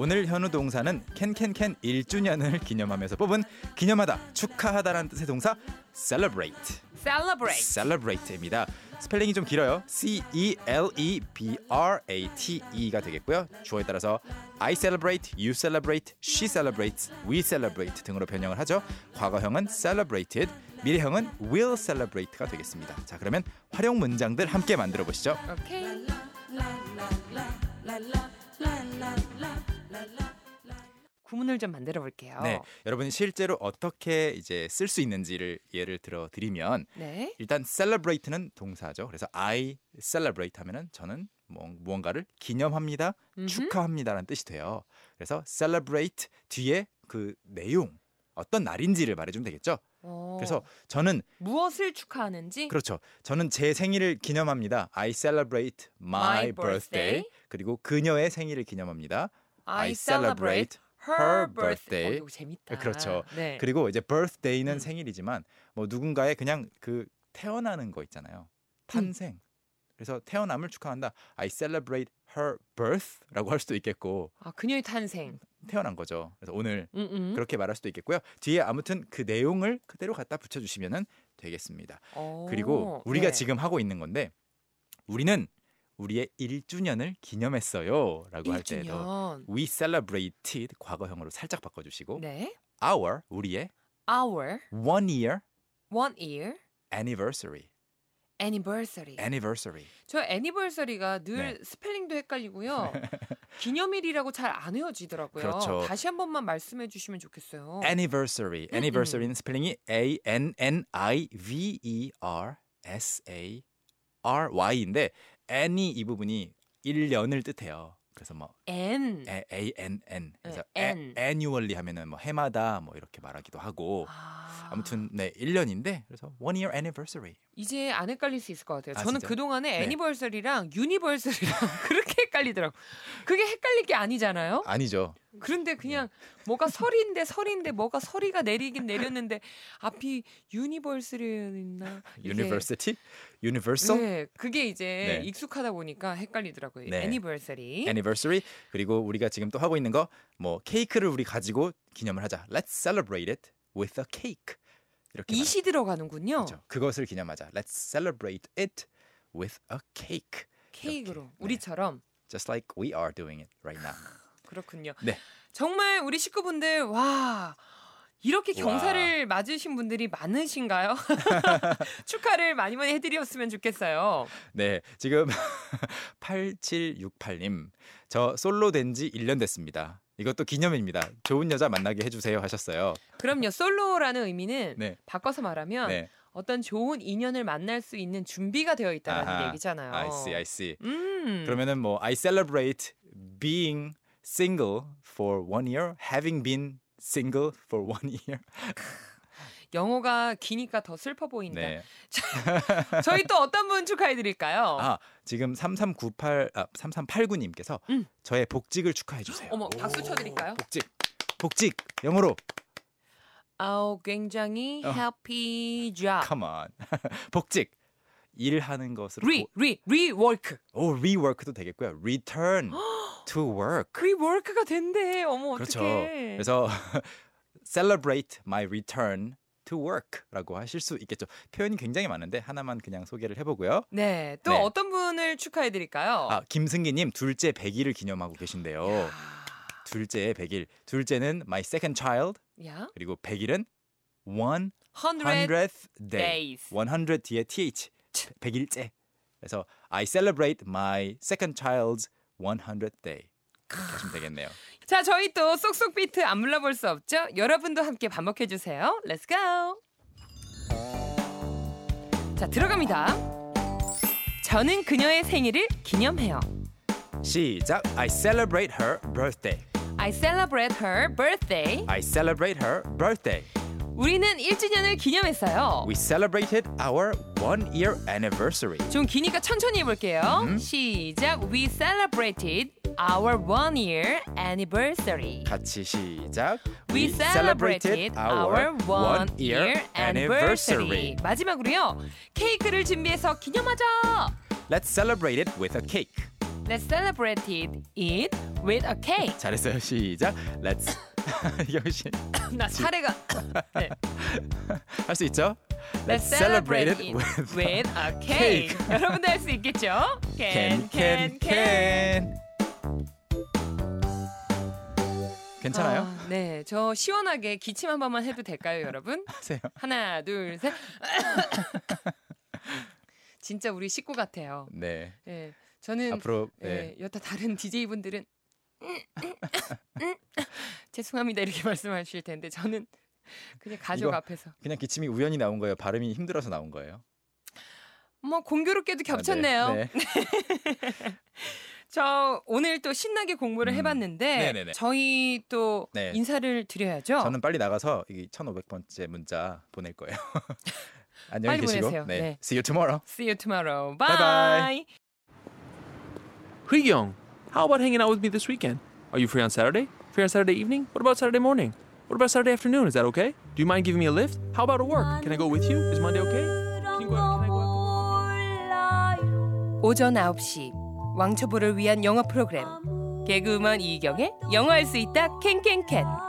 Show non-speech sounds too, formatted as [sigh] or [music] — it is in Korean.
오늘 현우 동사는 캔캔캔 1주년을 기념하면서 뽑은 기념하다, 축하하다라는 뜻의 동사 celebrate. Celebrate. celebrate입니다. 스펠링이 좀 길어요. C E L E B R A T E가 되겠고요. 주어에 따라서 I celebrate, you celebrate, she celebrates, we celebrate 등으로 변형을 하죠. 과거형은 celebrated, 미래형은 will celebrate가 되겠습니다. 자, 그러면 활용 문장들 함께 만들어 보시죠. 오케이. 구문을 좀 만들어 볼게요. 네, 여러분이 실제로 어떻게 이제 쓸 수 있는지를 예를 들어 드리면 네. 일단 celebrate는 동사죠. 그래서 I celebrate 하면은 저는 뭐- 무언가를 기념합니다, 음흠. 축하합니다라는 뜻이 돼요. 그래서 celebrate 뒤에 그 내용 어떤 날인지를 말해주면 되겠죠. 어, 그래서 저는 무엇을 축하하는지 그렇죠. 저는 제 생일을 기념합니다. I celebrate my, My birthday. birthday. 그리고 그녀의 생일을 기념합니다. I celebrate her birthday. 어, 이거 재밌다. 그렇죠. 네. 그리고 이제 birthday는 음. 생일이지만 뭐 누군가의 그냥 그 태어나는 거 있잖아요. 음. 탄생. 그래서 태어남을 축하한다. I celebrate her birth라고 할 수도 있겠고 아, 그녀의 탄생. 태어난 거죠. 그래서 오늘 음, 음. 그렇게 말할 수도 있겠고요. 뒤에 아무튼 그 내용을 그대로 갖다 붙여 주시면은 되겠습니다. 어, 그리고 우리가 네. 지금 하고 있는 건데 우리는 우리의 1주년을 기념했어요라고 할 때도 1주년. we celebrated 과거형으로 살짝 바꿔 주시고 네. our 우리의 Our one year one year anniversary. anniversary. anniversary. 저 anniversary가 늘 네. 스펠링도 [laughs] 헷갈리고요. 기념일이라고 잘 안 외워지더라고요. 그렇죠. 다시 한 번만 말씀해 주시면 좋겠어요. anniversary. 음. anniversary는 스펠링이 A N N I V E R S A R Y인데 anny 이 부분이 1년을 뜻해요. 그래서 뭐 N. A A N N. 그래서 음. 네, a- N. annually 하면은 뭐 해마다 뭐 이렇게 말하기도 하고 아. 아무튼 네, 1년인데 그래서 one year anniversary. 이제 안 헷갈릴 수 있을 것 같아요. 아, 저는 진짜요? 그 동안에 네. 애니버설이랑 유니버설이랑 [laughs] 그렇게 헷갈리더라고. 그게 헷갈릴 게 아니잖아요. 아니죠. 그런데 그냥 네. 뭐가 설인데 설인데 뭐가 설이가 내리긴 내렸는데 앞이 유니버설이었나? 이게- university? universal? 예. 네, 그게 이제 네. 익숙하다 보니까 헷갈리더라고요. 네. 애니버설이. anniversary 그리고 우리가 지금 또 하고 있는 거 뭐 케이크를 우리 가지고 기념을 하자. Let's celebrate it with a cake. 이렇게 말하- 이시 들어가는군요. 그렇죠. 그것을 기념하자. Let's celebrate it with a cake. 케이크로 이렇게. 네. 우리처럼 Just like we are doing it right now. 그렇군요. 네. 정말 우리 식구분들 와 이렇게 와. 경사를 맞으신 분들이 많으신가요? [laughs] 축하를 많이 많이 해드렸으면 좋겠어요. 네, 지금 [laughs] 8768님. 저 솔로 된 지 1년 됐습니다. 이것도 기념입니다. 좋은 여자 만나게 해주세요 하셨어요. 그럼요. 솔로라는 의미는 네. 바꿔서 말하면 네, 어떤 좋은 인연을 만날 수 있는 준비가 되어 있다라는 아하. 얘기잖아요. I see, I see. 음. 그러면은 뭐 I celebrate being single for one year, having been single for one year. 영어가 기니까 더 슬퍼 보인다. 네. 저희 또 어떤 분 축하해 드릴까요? 아, 지금 3398 아, 3389님께서 음. 저의 복직을 축하해 주세요. 어머, 박수 쳐 드릴까요? 복직. 복직. 영어로 아우 굉장히 어. happy job. come on. [laughs] 복직. 일하는 것으로 re re rework. 오, rework도 되겠고요. [gasps] return to 그 work. rework가 된대. 어머 그렇죠. 어떡해. 그래서 [laughs] celebrate my return to work라고 하실 수 있겠죠. 표현이 굉장히 많은데 하나만 그냥 소개를 해 보고요. 네, 또 네. 어떤 분을 축하해 드릴까요? 아, 김승기 님 둘째 100일을 기념하고 계신데요. 둘째 100일. 둘째는 my second child, 야, 그리고 100일은 one 100 100th day. days. 100 뒤에 th 100일째. 그래서 I celebrate my second child's 100th day. 이렇게 하시면 되겠네요. 자, 저희 또 쏙쏙 비트 안 물러볼 수 없죠? 여러분도 함께 반복해 주세요. Let's go. 자, 들어갑니다. 저는 그녀의 생일을 기념해요. 시작. I celebrate her birthday. I celebrate her birthday. I celebrate her birthday. 우리는 1주년을 기념했어요. We celebrated our one year anniversary. 좀 기니까 천천히 해볼게요. 시작. We celebrated our one year anniversary. 같이 시작. We celebrated our one year anniversary. 마지막으로요. 케이크를 준비해서 기념하자. Let's celebrate it with a cake. Let's celebrate it, it with a cake. [laughs] 잘했어요. 시작. Let's. [laughs] 이경 씨. 나 사례가 네. 할 수 있죠? Let's celebrate it with [laughs] [laughs] a cake. 여러분도 할 수 있겠죠? can Can can can. 괜찮아요? 아, 네, 저 시원하게 기침 한 번만 해도 될까요, 여러분? 하세요. 하나, 둘, 셋. [coughs] 진짜 우리 식구 같아요. 네. 예, 저는 앞으로 네. 예, 여타 다른 DJ 분들은 [coughs] 죄송합니다 이렇게 [laughs] 말씀하실 텐데 저는 그냥 가족 이거- 앞에서 그냥 기침이 우연히 나온 거예요. 발음이 힘들어서 나온 거예요. 뭐 공교롭게도 아, 네. 겹쳤네요. 네. 저 오늘 또 신나게 공부를 음. 해봤는데 네네네. 저희 또 네. 인사를 드려야죠. 저는 빨리 나가서 이 1,500번째 문자 보낼 거예요. [laughs] 안녕히 빨리 계시고. 보내세요. 네. 네. See you tomorrow. See you tomorrow. Bye. Bye-bye. Young, how about hanging out with me this weekend? Are you free on Saturday? Free on Saturday evening? What about Saturday morning? What about Saturday afternoon? Is that okay? Do you mind giving me a lift? How about at work? Can I go with you? Is Monday okay? Can you go out? Can I go out? 오전 9시 왕초보를 위한 영어 프로그램 개그우먼 이경의 영어할 수 있다 캔캔캔